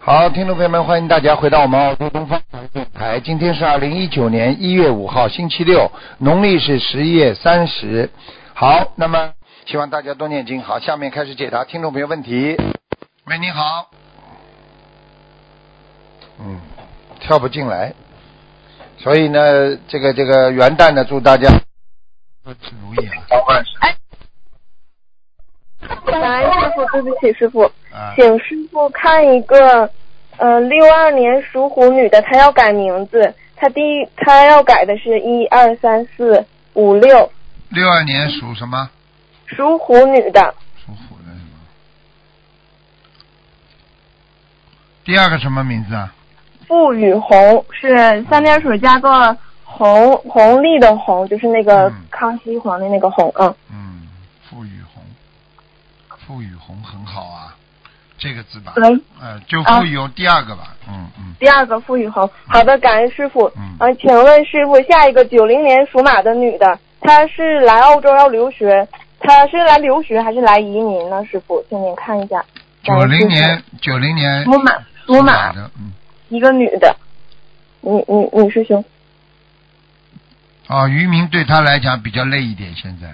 好，听众朋友们，欢迎大家回到我们澳洲东方台电台。今天是二零一九年一月五号，星期六，农历是十一月三十。好，那么希望大家多念经。好，下面开始解答听众朋友问题。喂，你好。嗯，跳不进来，所以呢，这个这个元旦呢，祝大家万事如意啊！感恩师傅，对不起师傅，啊，请师傅看一个，呃，六二年属虎女的，她要改名字，她第一她要改的是一二三四五六，六二年属什么？属虎女的，属虎的是吗？第二个什么名字啊？付雨红是三点水加个红，红利的红，就是那个嗯康熙皇帝那个红，嗯，嗯，付雨红，付雨红很好啊，这个字吧，喂，呃，就付雨红第二个吧，嗯嗯，第二个付雨红，好的，感恩师傅，嗯呃，请问师傅，下一个九零年属马的女的，她是来澳洲要留学，她是来留学还是来移民呢？师傅，请您看一下。九零哦年，九零年属马，属属马的，嗯，一个女的，女女女师兄，哦，渔民对他来讲比较累一点，现在，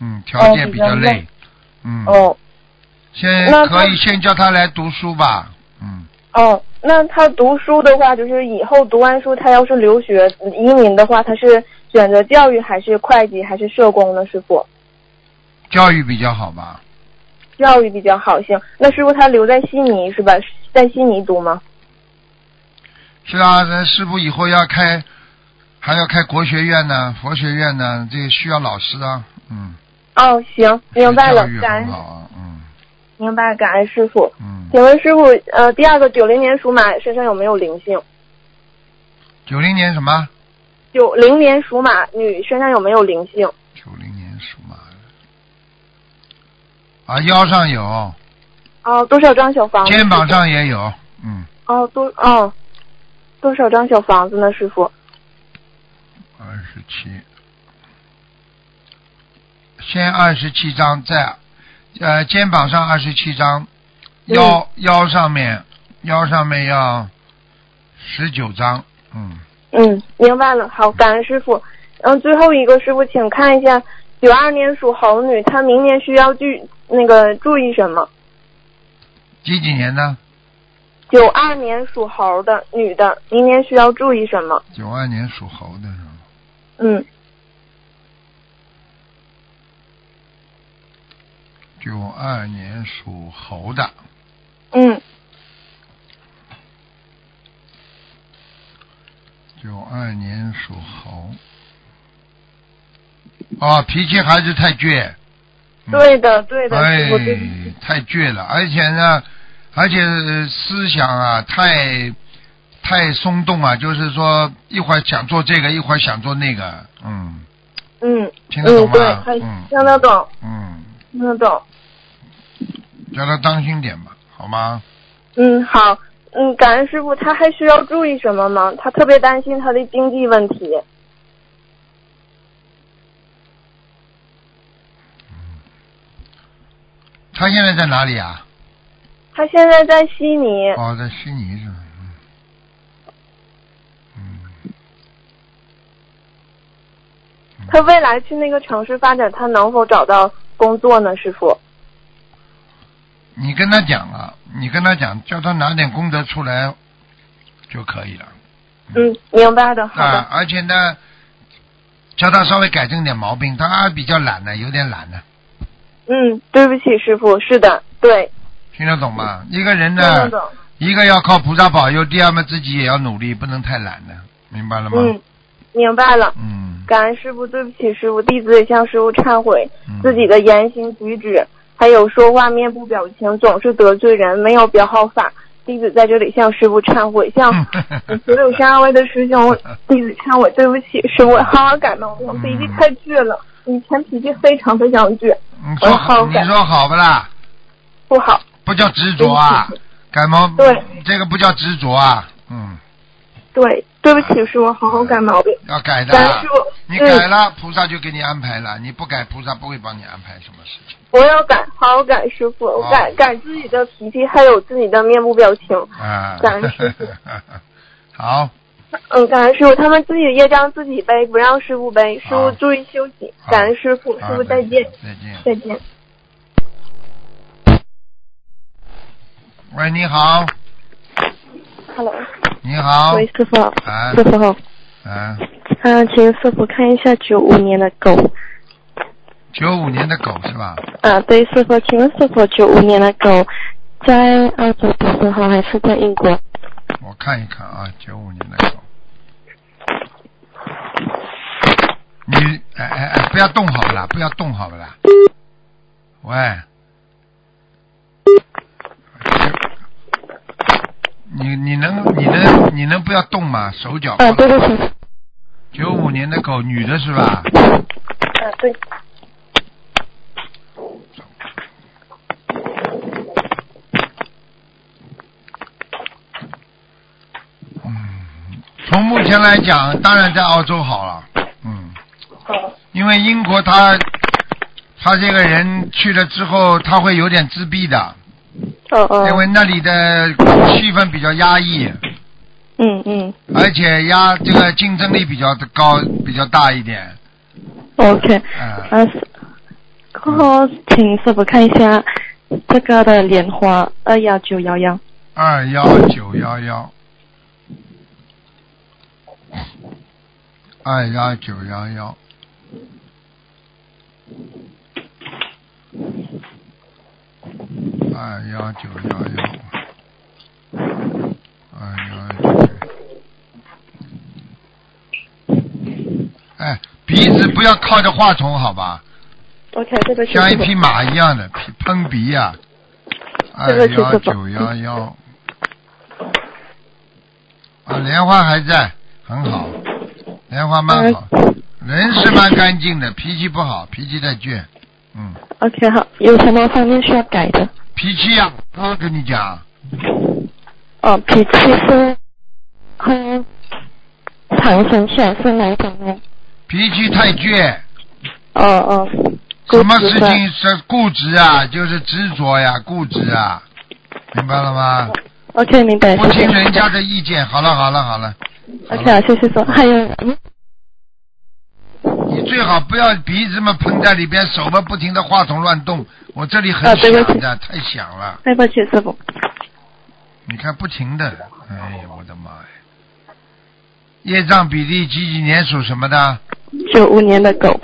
嗯，条哦件比比较较累累，嗯，哦先那可他以先叫他来读书吧，嗯，哦，那她读书的话，就是以后读完书，她要是留学移民的话，她是选择教育还是会计还是社工呢？师傅，教育比较好吧，教育比较好，行。那师傅她留在悉尼是吧？在悉尼读吗？是啊，那师傅以后要开，还要开国学院呢，佛学院呢，这个需要老师啊，嗯。哦，行，明白了教育，感很恩，好啊，嗯明白，感恩师傅。嗯。请问师傅，呃，第二个九零年属马身上有没有灵性？九零年什么？九零年属马女身上有没有灵性？九零年属马的。啊，腰上有，哦，多少张小房子？肩膀上也有，嗯，哦，多哦，多少张小房子呢，师傅？二十七。先二十七张在，呃，肩膀上二十七张，腰、腰上面腰上面要十九张，嗯，嗯，明白了。好，感恩师傅。嗯，最后一个师傅，请看一下九二年属猴女，她明年需要注那个注意什么？几几年呢？九二年属猴的女的，明年需要注意什么？九二年属猴的是吧？嗯，九二年属猴的，嗯，九二年属猴。哦，脾气还是太倔。嗯对的，对的，师傅，对哎不起，太倔了，而且呢，而且呃思想啊，太太松动啊，就是说一会儿想做这个，一会儿想做那个，嗯，嗯，听得懂嗯，对吗？，还嗯，听得懂，嗯，听得懂。叫他当心点吧，好吗？嗯，好，嗯，感恩师傅，他还需要注意什么吗？他特别担心他的经济问题。他现在在哪里啊？他现在在悉尼，哦，在悉尼是吧？嗯，嗯，他未来去那个城市发展，他能否找到工作呢？师傅，你跟他讲啊，你跟他讲，叫他拿点功德出来就可以了。嗯，明白的，好的啊，，而且呢，叫他稍微改正点毛病，他比较懒呢，有点懒呢，嗯，对不起，师傅，是的，对，听得懂吗？嗯一个人听呢得，懂，一个要靠菩萨保佑，第二嘛自己也要努力，不能太懒了，明白了吗？嗯，明白了，嗯感恩师傅，对不起，师傅，弟子也向师傅忏悔，嗯，自己的言行举止，还有说话、面部表情，总是得罪人，没有表好法。弟子在这里向师傅忏悔， 向所有山二位的师兄弟子忏悔，对不起，师傅，好好感动，我嗯脾气太倔了，以前脾气非常非常倔，你说哦好你改说好不啦？不好。不叫执着啊对，改毛嗯对这个不叫执着啊，嗯，对，对不起，师傅，好好改毛病。要改的咱啊师，傅，嗯你改了，菩萨就给你安排了；你不改，菩萨不会帮你安排什么事情。我要改，好好改，师傅，哦我改改自己的脾气，还有自己的面部表情。啊，感恩师傅。 好，嗯，感恩师傅，他们自己的业障自己背，不让师傅背。师好傅注意休息，好感恩师傅，师好傅再见，再见。再见。喂，你好， Hello，你好，喂，师傅，啊师傅好，啊，嗯、请师傅看一下九五年的狗。九五年的狗是吧？啊，对，师傅，请问师傅，九五年的狗在澳洲的时候还是在英国？我看一看啊，九五年的狗。你哎哎哎，不要动好不啦？不要动好不啦？喂，你你能你能你能不要动吗？手脚啊，对对对，九五年的狗，女的是吧？啊对，嗯从目前来讲，当然在澳洲好了，嗯，哦因为英国他他这个人去了之后，他会有点自闭的，哦因哦，为那里的气氛比较压抑，嗯嗯而且压这个竞争力比较高，比较大一点。 ，OK，嗯，啊，是然后请师傅看一下这个的莲花二幺九幺幺。二幺九幺幺，二幺九幺幺，二幺九幺幺，二幺九。哎，鼻子不要靠着话筒，好吧？ OK，对不起，像一师匹傅。马一样的匹喷鼻呀、二这个是幺什九么幺幺。啊，莲花还在，很好，莲花啊蛮嗯好，人是蛮干净的，脾气不好，脾气太倔，嗯， OK，好，有什么方面需要改的？脾气呀、我跟你讲，哦，脾气是和长生下是哪一种呢？脾气太倔，哦哦，什么事固执吧情是固执啊，就是执着呀、固执啊，明白了吗？ ？OK，明白。不哎谢谢听人家的意见，好了好了好了，好 OK，了好，谢谢说。还有，嗯你最好不要鼻子嘛喷在里边，手嘛不停的话筒乱动，我这里很啊响对不起的，太响了，对不起，师傅。你看不停的，哎呀，我的妈呀！业障比例几几年属什么的？九五年的狗，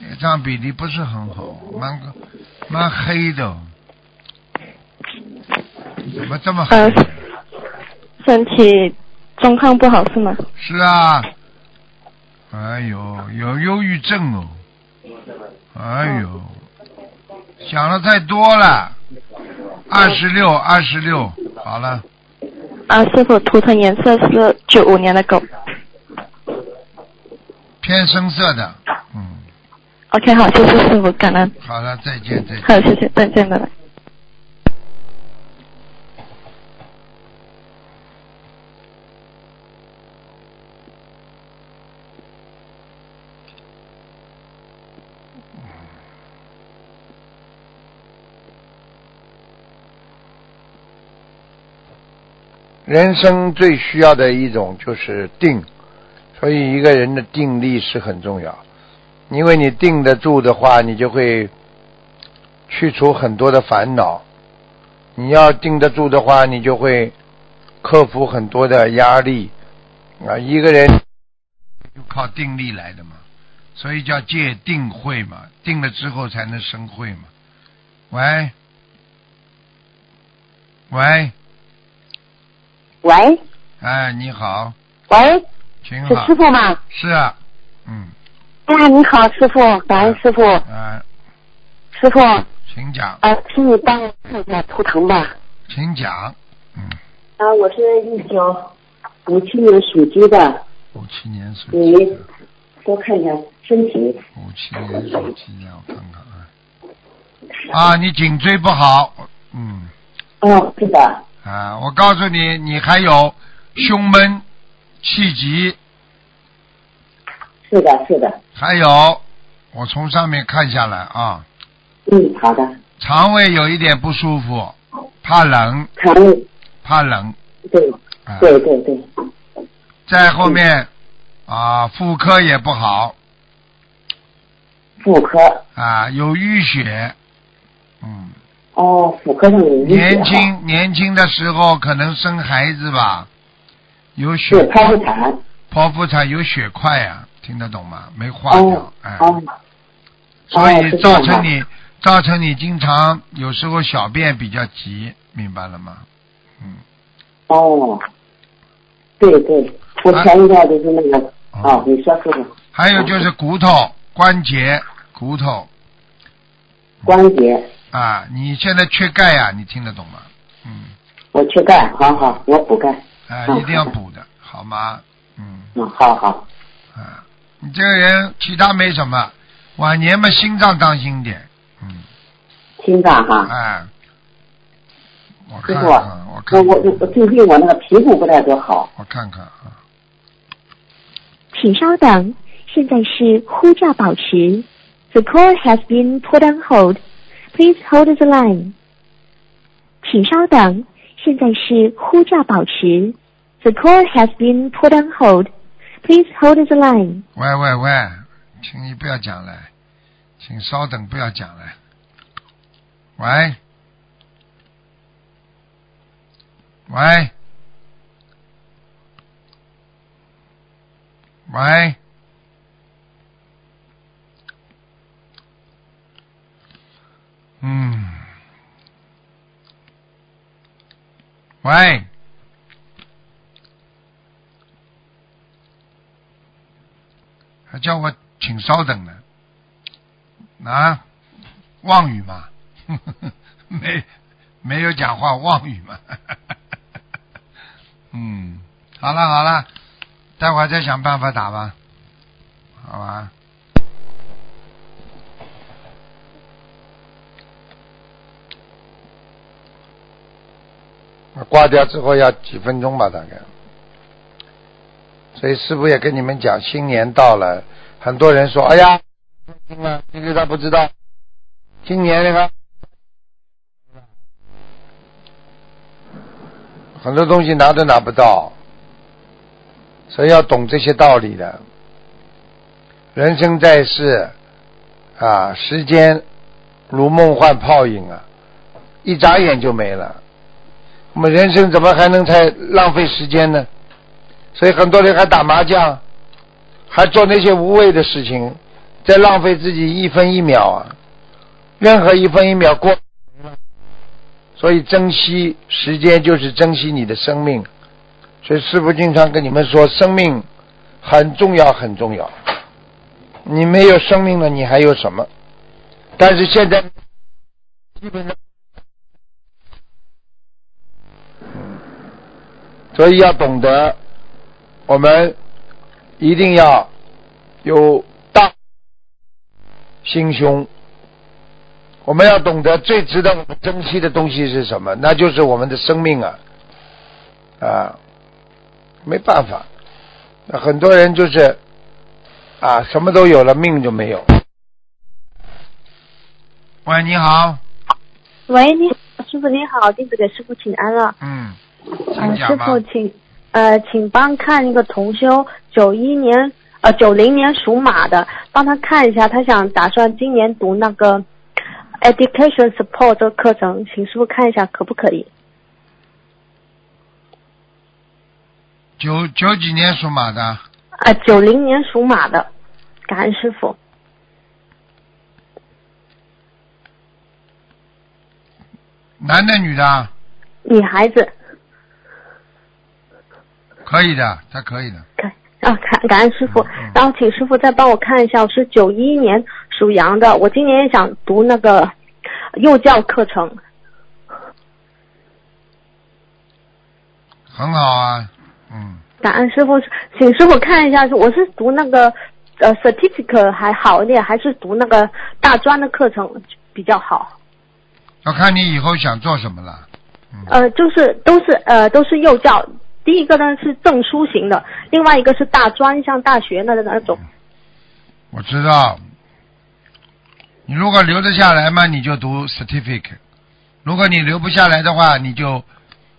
业障比例不是很好，蛮蛮黑的，怎么这么黑？呃，身体状况不好是吗？是啊，哎呦，有忧郁症哦，哎呦，想的太多了，二十六，二十六，好了，啊，师傅，图腾颜色是九五年的狗。偏深色的，嗯， OK，好，谢谢师傅，感恩。好了，再见，再见。好，谢谢，再见，拜拜。人生最需要的一种就是定，所以一个人的定力是很重要。因为你定得住的话，你就会去除很多的烦恼。你要定得住的话，你就会克服很多的压力啊。一个人就靠定力来的嘛，所以叫戒定慧嘛，定了之后才能生慧嘛。喂，喂，喂哎，你好，喂，请是好师。傅吗？是啊，嗯，哎呀，你好，师傅，感恩哎师傅，啊，师傅，请讲，呃，请你帮我看一下图腾吧。请讲，嗯，啊、我是一九五七年属鸡的，五七年属你鸡的，多看一下身体。五七年属鸡的，我看看啊，啊，你颈椎不好，嗯，嗯，是的，啊，我告诉你，你还有胸闷、气急，是的，是的，还有，我从上面看下来啊，嗯，好的，肠胃有一点不舒服，怕冷，肠胃，怕冷，对，啊，对嗯对对，在后面啊，妇科也不好妇科，啊，有淤血，嗯，哦，妇科上有淤血年哈轻年轻的时候可能生孩子吧，有血是剖腹产，剖腹产有血块呀、听得懂吗？没化掉，哦哎，哦，所哦以是这造样成你造成你经常有时候小便比较急，明白了吗？嗯，哦，对对，我啊前一段就是那个，哦哦，你说是的，还有就是骨头、关节、骨头关节，啊，你现在缺钙呀、你听得懂吗？嗯，我缺钙，好好，我补钙，啊，嗯一定要补的，好吗？嗯，嗯，好好，啊，你这个人其他没什么，晚年嘛心脏当心点，嗯，心脏哈，哎，我师看傅，看啊，我我看我我看，最近我那个皮肤不太多好，我看看啊。请稍等，现在是呼叫保持。The call has been put on hold. Please hold the line. 请稍等，现在是呼叫保持。The call has been put on hold. Please hold the line. 喂喂喂，请你不要讲了，请稍等，不要讲了。喂，喂，喂，嗯，喂，还叫我请稍等呢，啊，妄语嘛， 没没有讲话妄语嘛， 嗯，好了好了，待会儿再想办法打吧，好吧。挂掉之后要几分钟吧，大概。所以师傅也跟你们讲，新年到了，很多人说：“哎呀，听了，其实他不知道，今年那个很多东西拿都拿不到，所以要懂这些道理的。人生在世啊，时间如梦幻泡影啊，一眨眼就没了。我们人生怎么还能太浪费时间呢？所以很多人还打麻将，还做那些无谓的事情，在浪费自己一分一秒啊！任何一分一秒过，所以珍惜时间就是珍惜你的生命。所以师傅经常跟你们说，生命很重要，很重要。你没有生命了，你还有什么？但是现在基本上，嗯所以要懂得我们一定要有大心胸。我们要懂得最值得我们珍惜的东西是什么？那就是我们的生命啊！啊，没办法，那很多人就是啊，什么都有了，命就没有。喂，你好，喂，你好，师傅你好，弟子给师傅请安了。嗯，嗯、请师讲吧。傅请呃，请帮看一个同修，九一年呃九零年属马的，帮他看一下，他想打算今年读那个 education support 这个课程，请师傅看一下可不可以？九九几年属马的，啊、9九零年属马的，感恩师傅。男的女的？女孩子，可以的，他可以的。感啊感感恩师傅嗯，然后请师傅再帮我看一下，我是九一年属羊的，我今年也想读那个幼教课程。很好啊，嗯，感恩师傅，请师傅看一下，我是读那个呃 certificate 还好一点，还是读那个大专的课程比较好？要看你以后想做什么了。呃，就是都是呃都是幼教，第一个呢是证书型的，另外一个是大专，像大学那的那种。我知道，你如果留得下来嘛，你就读 certificate；如果你留不下来的话，你就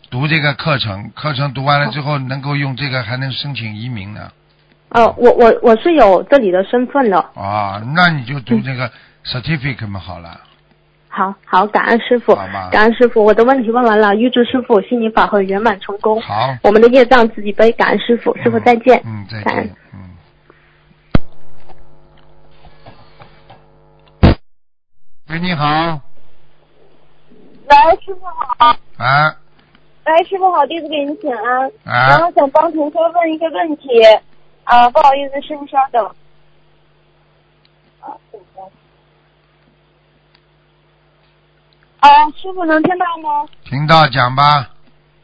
读这个课程。课程读完了之后，能够用这个还能申请移民呢。呃，我我我是有这里的身份的。啊，那你就读这个 certificate 嘛，好了。好好，感恩师傅好吧，感恩师傅，我的问题问完了，预祝师傅心灵法会圆满成功。好。我们的业障自己背，感恩师傅，师傅再见。嗯，再感恩见。嗯。喂，你好。喂，师傅好。啊喂，师傅好，弟子给您请安。然啊后想帮同学问一个问题，啊，不好意思，师傅稍等。啊，等一下啊，师傅能听到吗？听到讲吧。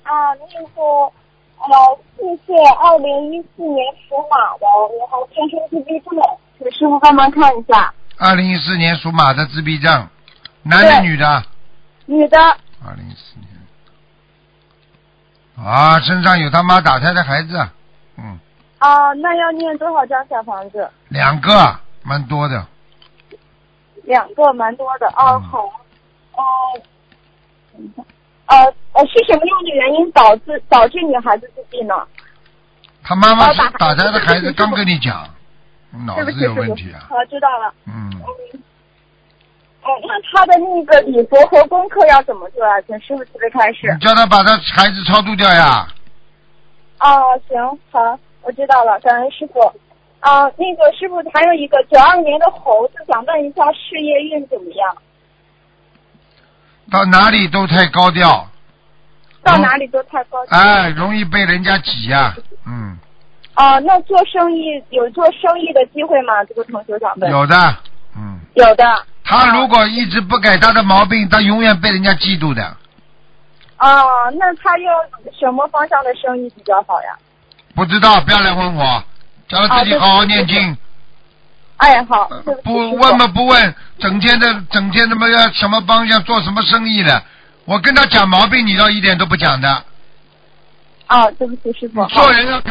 啊，那个，呃，四岁，二零一四年属马的，然后天生自闭症，请师傅帮忙看一下。二零一四年属马的自闭症，男的对女的？女的，二零一四年。啊，身上有他妈打胎的孩子，嗯，啊，那要念多少张小房子？两个，蛮多的。两个蛮多的啊，嗯好，呃，等一下呃呃，是什么样的原因导致导致女孩子自闭呢？他妈妈是哦打打胎胎的孩子，对不起刚跟你讲，脑对不子起，有师问题啊傅，。好，知道了。嗯，嗯，呃那他的那个礼佛和功课要怎么做啊？请师傅慈悲开示。你叫他把他孩子超度掉呀。哦，行，好，我知道了，感恩师傅。啊、那个师傅还有一个九二年的猴子，想问一下事业运怎么样？到哪里都太高调，到哪里都太高兴。哎，容易被人家挤呀、嗯，啊、那做生意有做生意的机会吗？这个同学想问。有的，嗯，有的。啊他如果一直不改他的毛病，他永远被人家嫉妒的，啊，那他要什么方向的生意比较好呀？不知道，不要来问我，叫他自己啊对不起好好念经，哎，好呃，对不起，不师问傅嘛不问，整天的整天他妈要什么方向做什么生意的，我跟他讲毛病，你倒一点都不讲的，啊，对不起，师傅。做人要。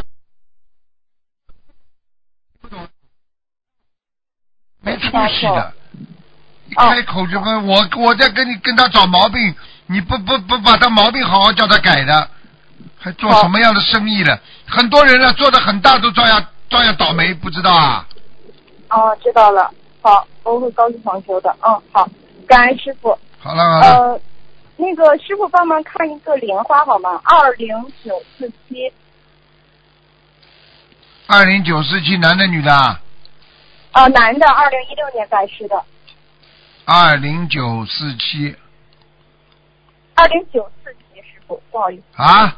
没出息的，一开口就问我，我在跟你跟他找毛病，你不不不把他毛病好好叫他改的，还做什么样的生意了？很多人呢、啊做的很大都照样照样倒霉，不知道啊？啊，知道了。好，我会高诉同学的。嗯，好，感恩师傅。好了好了，呃，那个师傅帮忙看一个莲花好吗？二零九四七二零九四七男的女的啊？啊，男的，二零一六年拜师的，二零九四七二零九四七师傅，不好意思，啊？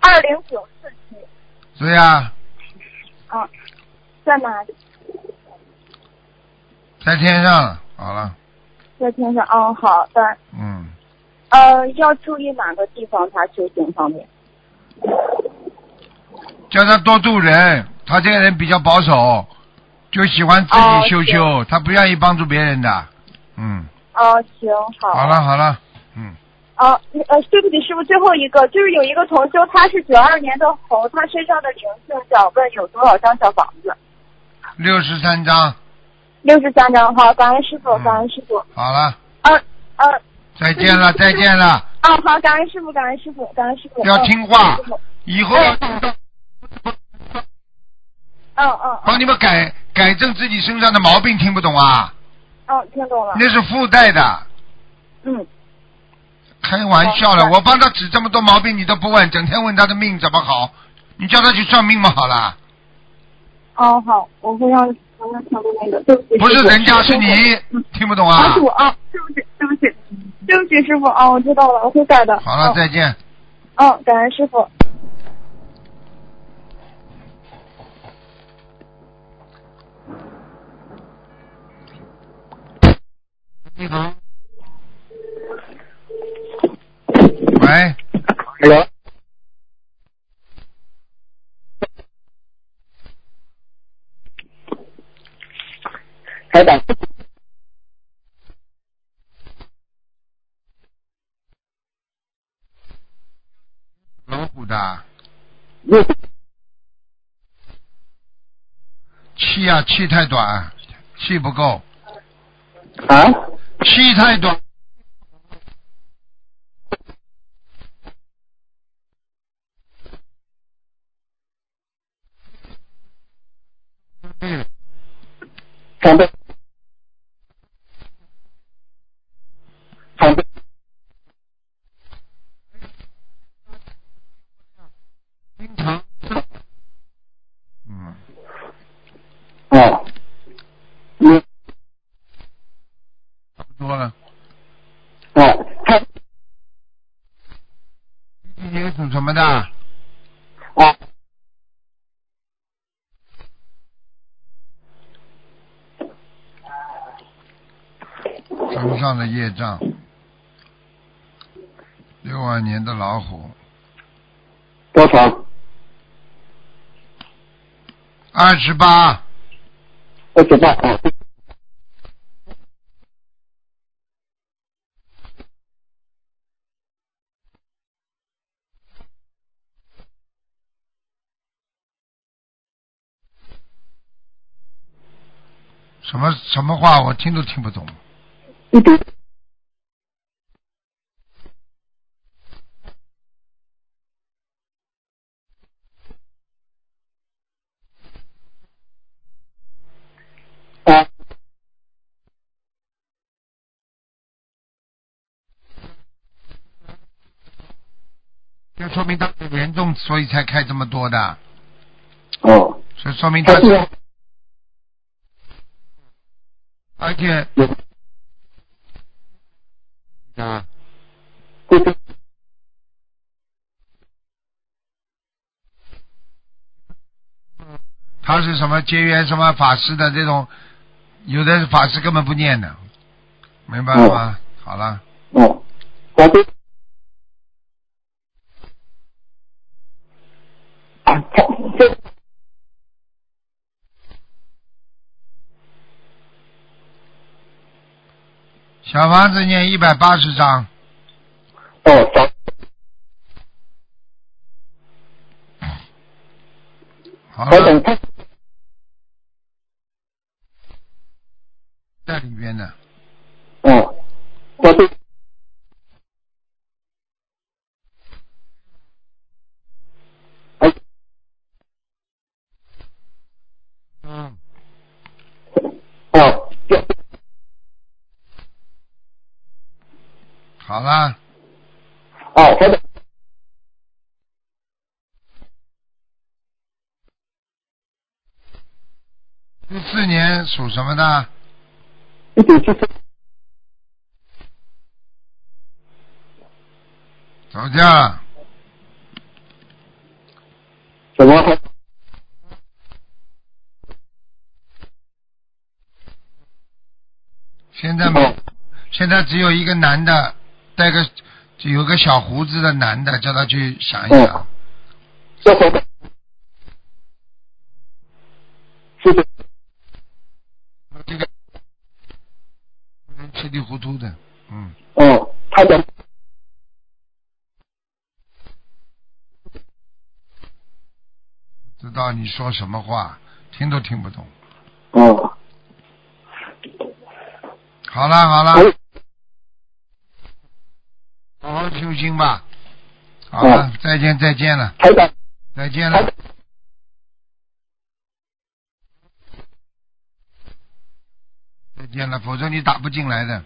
二零九四七，对呀、嗯，在哪里？在天上了好了，在天上。嗯，好的。嗯，呃，要注意哪个地方？他修行方面？叫他多度人，他这个人比较保守，就喜欢自己修修，他不愿意帮助别人的，嗯，哦，行，好。好了好了，嗯，哦，呃，对不起，师傅，最后一个就是有一个同修，他是九二年的猴，他身上的灵性想问有多少张小房子？六十三章，六十三张，好，感恩师傅，嗯感恩师傅。好了，呃呃，再见 了再见了，啊，好，感恩师傅，感恩师傅，感恩师傅。要嗯听话师傅以 后要嗯嗯嗯帮你们改改正自己身上的毛病，听不懂啊？嗯，听懂了。那是附带的，嗯，开玩笑了好，我帮他指这么多毛病你都不问，整天问他的命怎么好，你叫他去算命嘛好了，哦好，我会让我让他们那个，对不起，不是师傅人家是 你嗯，听不懂啊？啊，是我啊，对不起，对不起，对不起，师傅啊，我知道了，我会改的。好了，嗯再见。嗯，感恩师傅。你好。喂， Hello，台长，的？气啊，气太短，气不够，啊？气太短。嗯，长辈，长辈，经常。嗯，哦，你差不多了。哦，他你今年属什么的？啊，身上的业障。六二年的老虎，多少？二十八，二十八啊，什么什么话我听都听不懂。一百啊，就说明他很严重，所以才开这么多的，哦，所以说明他他，是啊而且有啊，就是他是什么结缘什么法师的这种，有的法师根本不念的，明白了吗？好了，哦，我这啊，他这小房子念一百八十章，哦，小好我了，等他在里边的，哦，我这哎，嗯，哦，这好了，哦，我等一四年属什么的？一九七四走掉了，怎么还现在没哦，现在只有一个男的，带个有个小胡子的男的，叫他去想一想哦。这回谢谢这个稀里糊涂的，嗯，哦，他的不知道你说什么话，听都听不懂。哦，好了好了，哎好好修心吧。好了哦，再见再见了，台长，再见台了长。再见了，否则你打不进来的。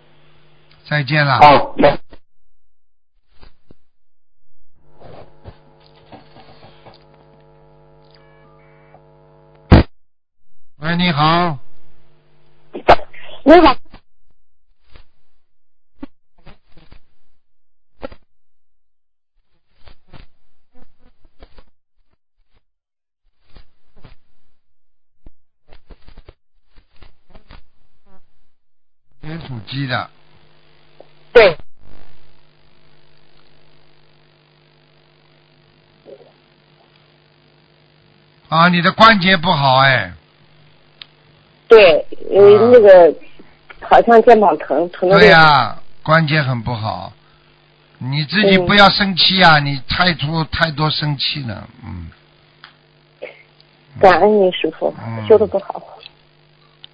再见了。哦，来。喂，你好，嗯你好，你是属鸡的，对，啊，你的关节不好哎，啊对，因为那个好像肩膀疼，疼的对呀、关节很不好。你自嗯己不要生气啊！你太多太多生气了，嗯感恩您师傅嗯，修的不好。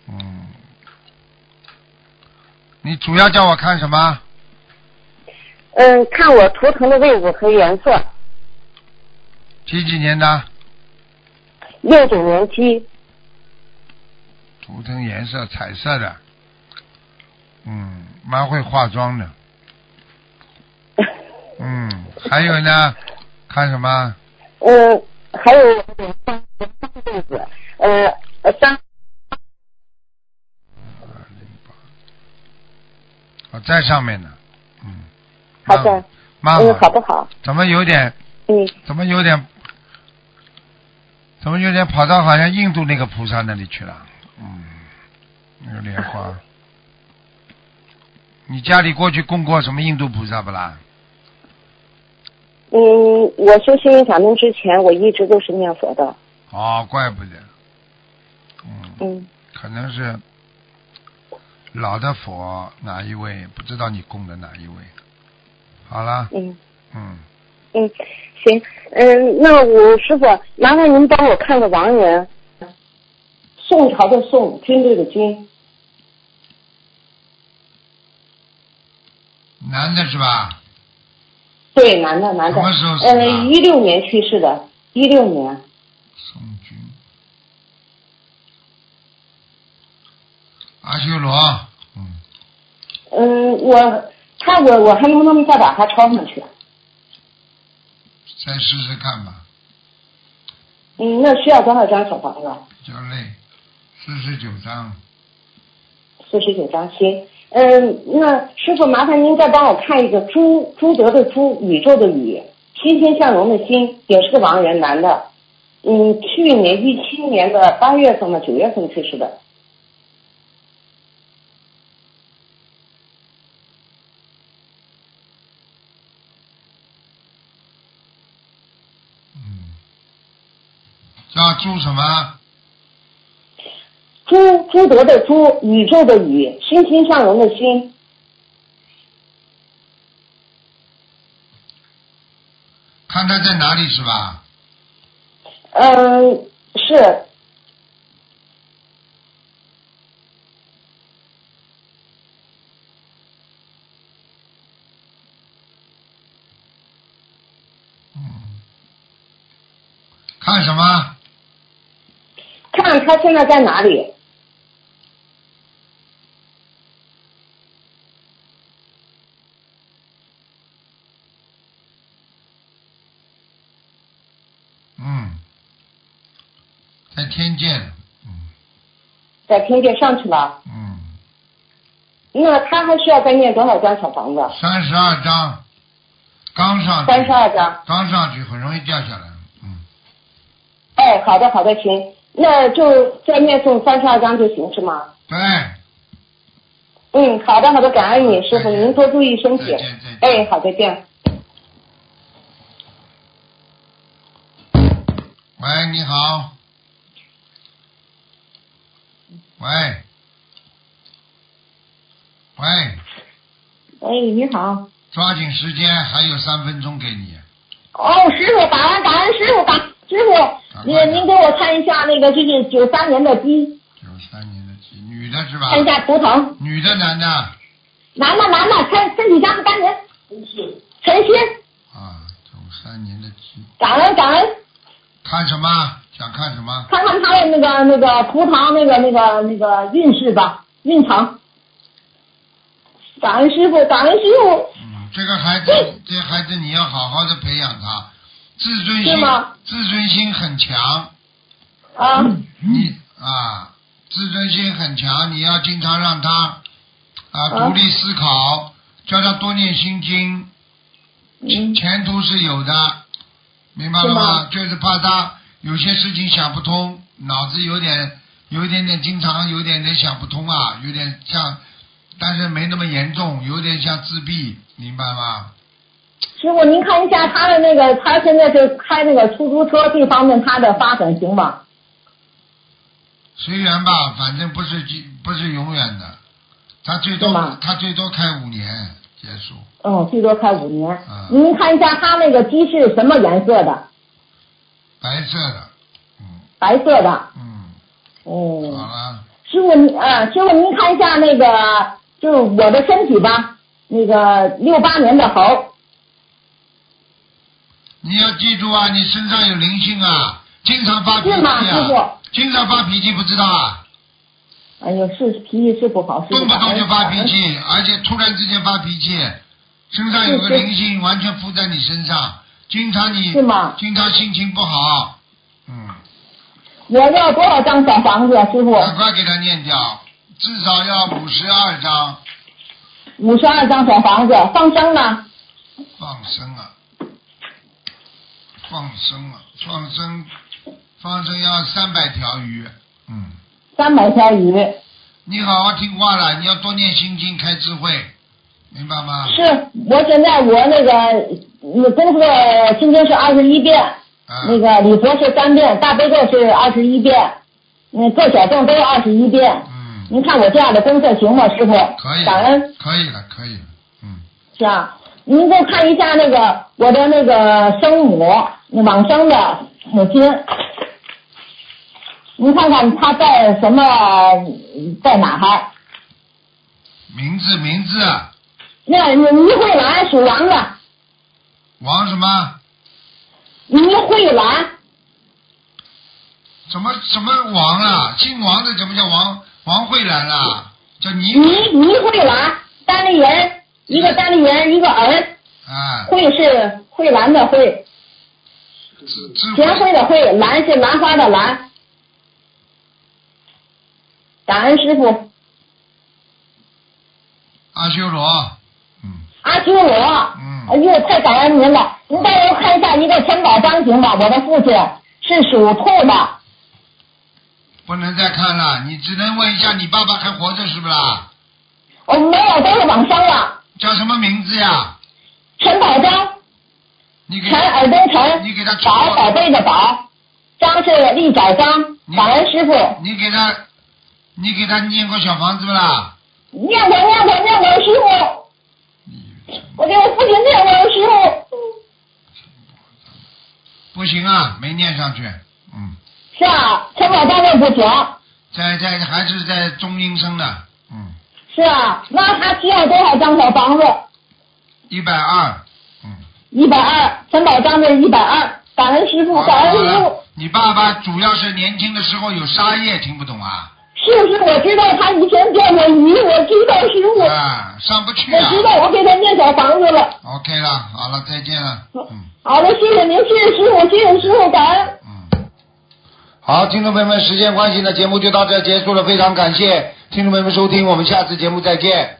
嗯。你主要叫我看什么？嗯，看我图腾的位置和颜色，几几年的？六九年鸡，图腾颜色彩色的，嗯，蛮会化妆 的，嗯，还有呢，看什么？嗯，还有我的三位置，呃，呃三我哦在上面呢，嗯，好的，蛮嗯，好好不好？怎么有点，嗯，怎么有点，怎么有点跑到好像印度那个菩萨那里去了？嗯，那个莲 花。你家里过去供过什么印度菩萨不啦？嗯，我修心灵法门之前，我一直都是念佛的，哦，怪不得，嗯，嗯，可能是老的佛哪一位，不知道你供的哪一位。好了，嗯嗯，嗯，行，嗯，那我师傅，麻烦您帮我看个亡人，宋朝的宋，军队的军，男的是吧？对，男的，男的，什么时候死的呃，一六年去世的，一六年，宋军，阿修罗，嗯，嗯，我看我我还能不能再把它抄上去？啊再试试看吧，嗯，那需要多少张小房子？啊比较累，四十九章，四十九张，行。嗯，那师傅麻烦您再帮我看一个朱朱德的朱，宇宙的宇，欣欣向荣的欣，也是个亡人，男的。嗯，去年一七年的八月份吧，九月份去世的。嗯，叫朱什么？朱朱德的朱，宇宙的宇，欣欣向荣的欣。看他在哪里是吧？嗯，是看什么？看他现在在哪里？嗯，在天界，嗯在天界上去了。嗯，那他还需要再念多少张小房子？三十二章，刚上去，三十二张。刚上去很容易掉下来，嗯，哎，好的好的，行，那就再念诵三十二章就行是吗？对，嗯，好的好的，感恩你师傅，再见您多注意身体再。见再见。哎，好，再见。喂，你好。喂。喂，喂，哎你好。抓紧时间，还有三分钟给你。哦，师傅，感恩感恩师傅，感师赶傅，快您您给我看一下那个，这是九三年的鸡，九三年的鸡，女的是吧？看一下图腾，女的，男的男的男的，看身体上的单人，陈鑫，啊，九三年的鸡，感恩感恩，看什么？想看什么？看看他的那个那个图腾那个那个那个运势吧，运程。感恩师傅，感恩师傅，嗯，这个孩子，这孩子你要好好的培养他，自尊心是吗，自尊心很强，啊，你啊，自尊心很强，你要经常让他啊啊独立思考，叫他多念心经，前嗯，前途是有的，明白了吗？就是怕他有些事情想不通，脑子有点有一点点，经常有点点想不通啊，有点像，但是没那么严重，有点像自闭，明白吗？师傅您看一下他的那个，他现在是开那个出租车这方面他的发展行吗？随缘吧，反正不是几不是永远的，他最是多吗他最多开五年，结束。嗯，最多开五年。啊您看一下他那个鸡是什么颜色的？白色的，白色的。嗯，哦、好了，师傅，您啊，师傅您看一下那个，就是我的身体吧，那个六八年的猴，你要记住啊，你身上有灵性啊，经常发脾是气吗师啊，经常发脾气不知道啊，哎呦，是脾气是不好，是动不动就发脾气，而且突然之间发脾气，身上有个是是灵性完全附在你身上，经常你是吗经常心情不好，嗯我要多少张小房子啊，师傅？赶快给他念掉，至少要五十二张五十二张小房子，放生呢？放生啊，放生啊，放生，放生要三百条鱼。三百条鱼。你好好听话了，你要多念心经，开智慧，明白吗？是我现在我那个嗯功课今天是二十一啊遍，那个礼佛是三遍，大悲咒是二十一遍，嗯，做小证都是二十一遍。嗯，您看我这样的功课行吗，师傅？可以感恩了，可以了，可以了。嗯是啊，您给我看一下那个我的那个生母往生的母亲，您看看她在什么在哪还？名字名字啊，那倪慧兰属羊的，王什么倪慧兰。什么什么王啊？姓王的怎么叫王王慧兰啊？叫倪倪倪慧兰，单立人，一个单立人，一个儿，啊，慧是慧兰的慧，智智慧贤惠的慧，兰是兰花的兰。感恩师傅，阿修罗，嗯阿修罗，哎呦，太感恩您了！您再给我看一下一个陈宝章行吧，我的父亲是属兔的，不能再看了，你只能问一下你爸爸还活着是不啦？我没有，都是往生了。叫什么名字呀？陈宝章，你给陈 耳东陈，你给他宝宝贝的宝，章是立载章，感恩师傅，你给他你给他念过小房子不啦？念过念过念过师傅，我给我父亲念过师傅，不行啊，没念上去，嗯是啊，陈宝章那不行，在在还是在中阴嗯身的是啊，那他需要多少张小房子？一百二。嗯一百二，陈宝章是一百二，感恩师傅，感恩好师傅。了，你爸爸主要是年轻的时候有杀业，听不懂啊？是是，我知道他以前见过鱼，我知道师傅，啊，上不去啊我。知道我给他念小房子了。 OK 了，好了，再见了。嗯好的，谢谢您，谢谢师傅，谢谢师傅，感恩。好，听众朋友们，时间关系呢，节目就到这儿结束了，非常感谢听众朋友们收听，我们下次节目再见。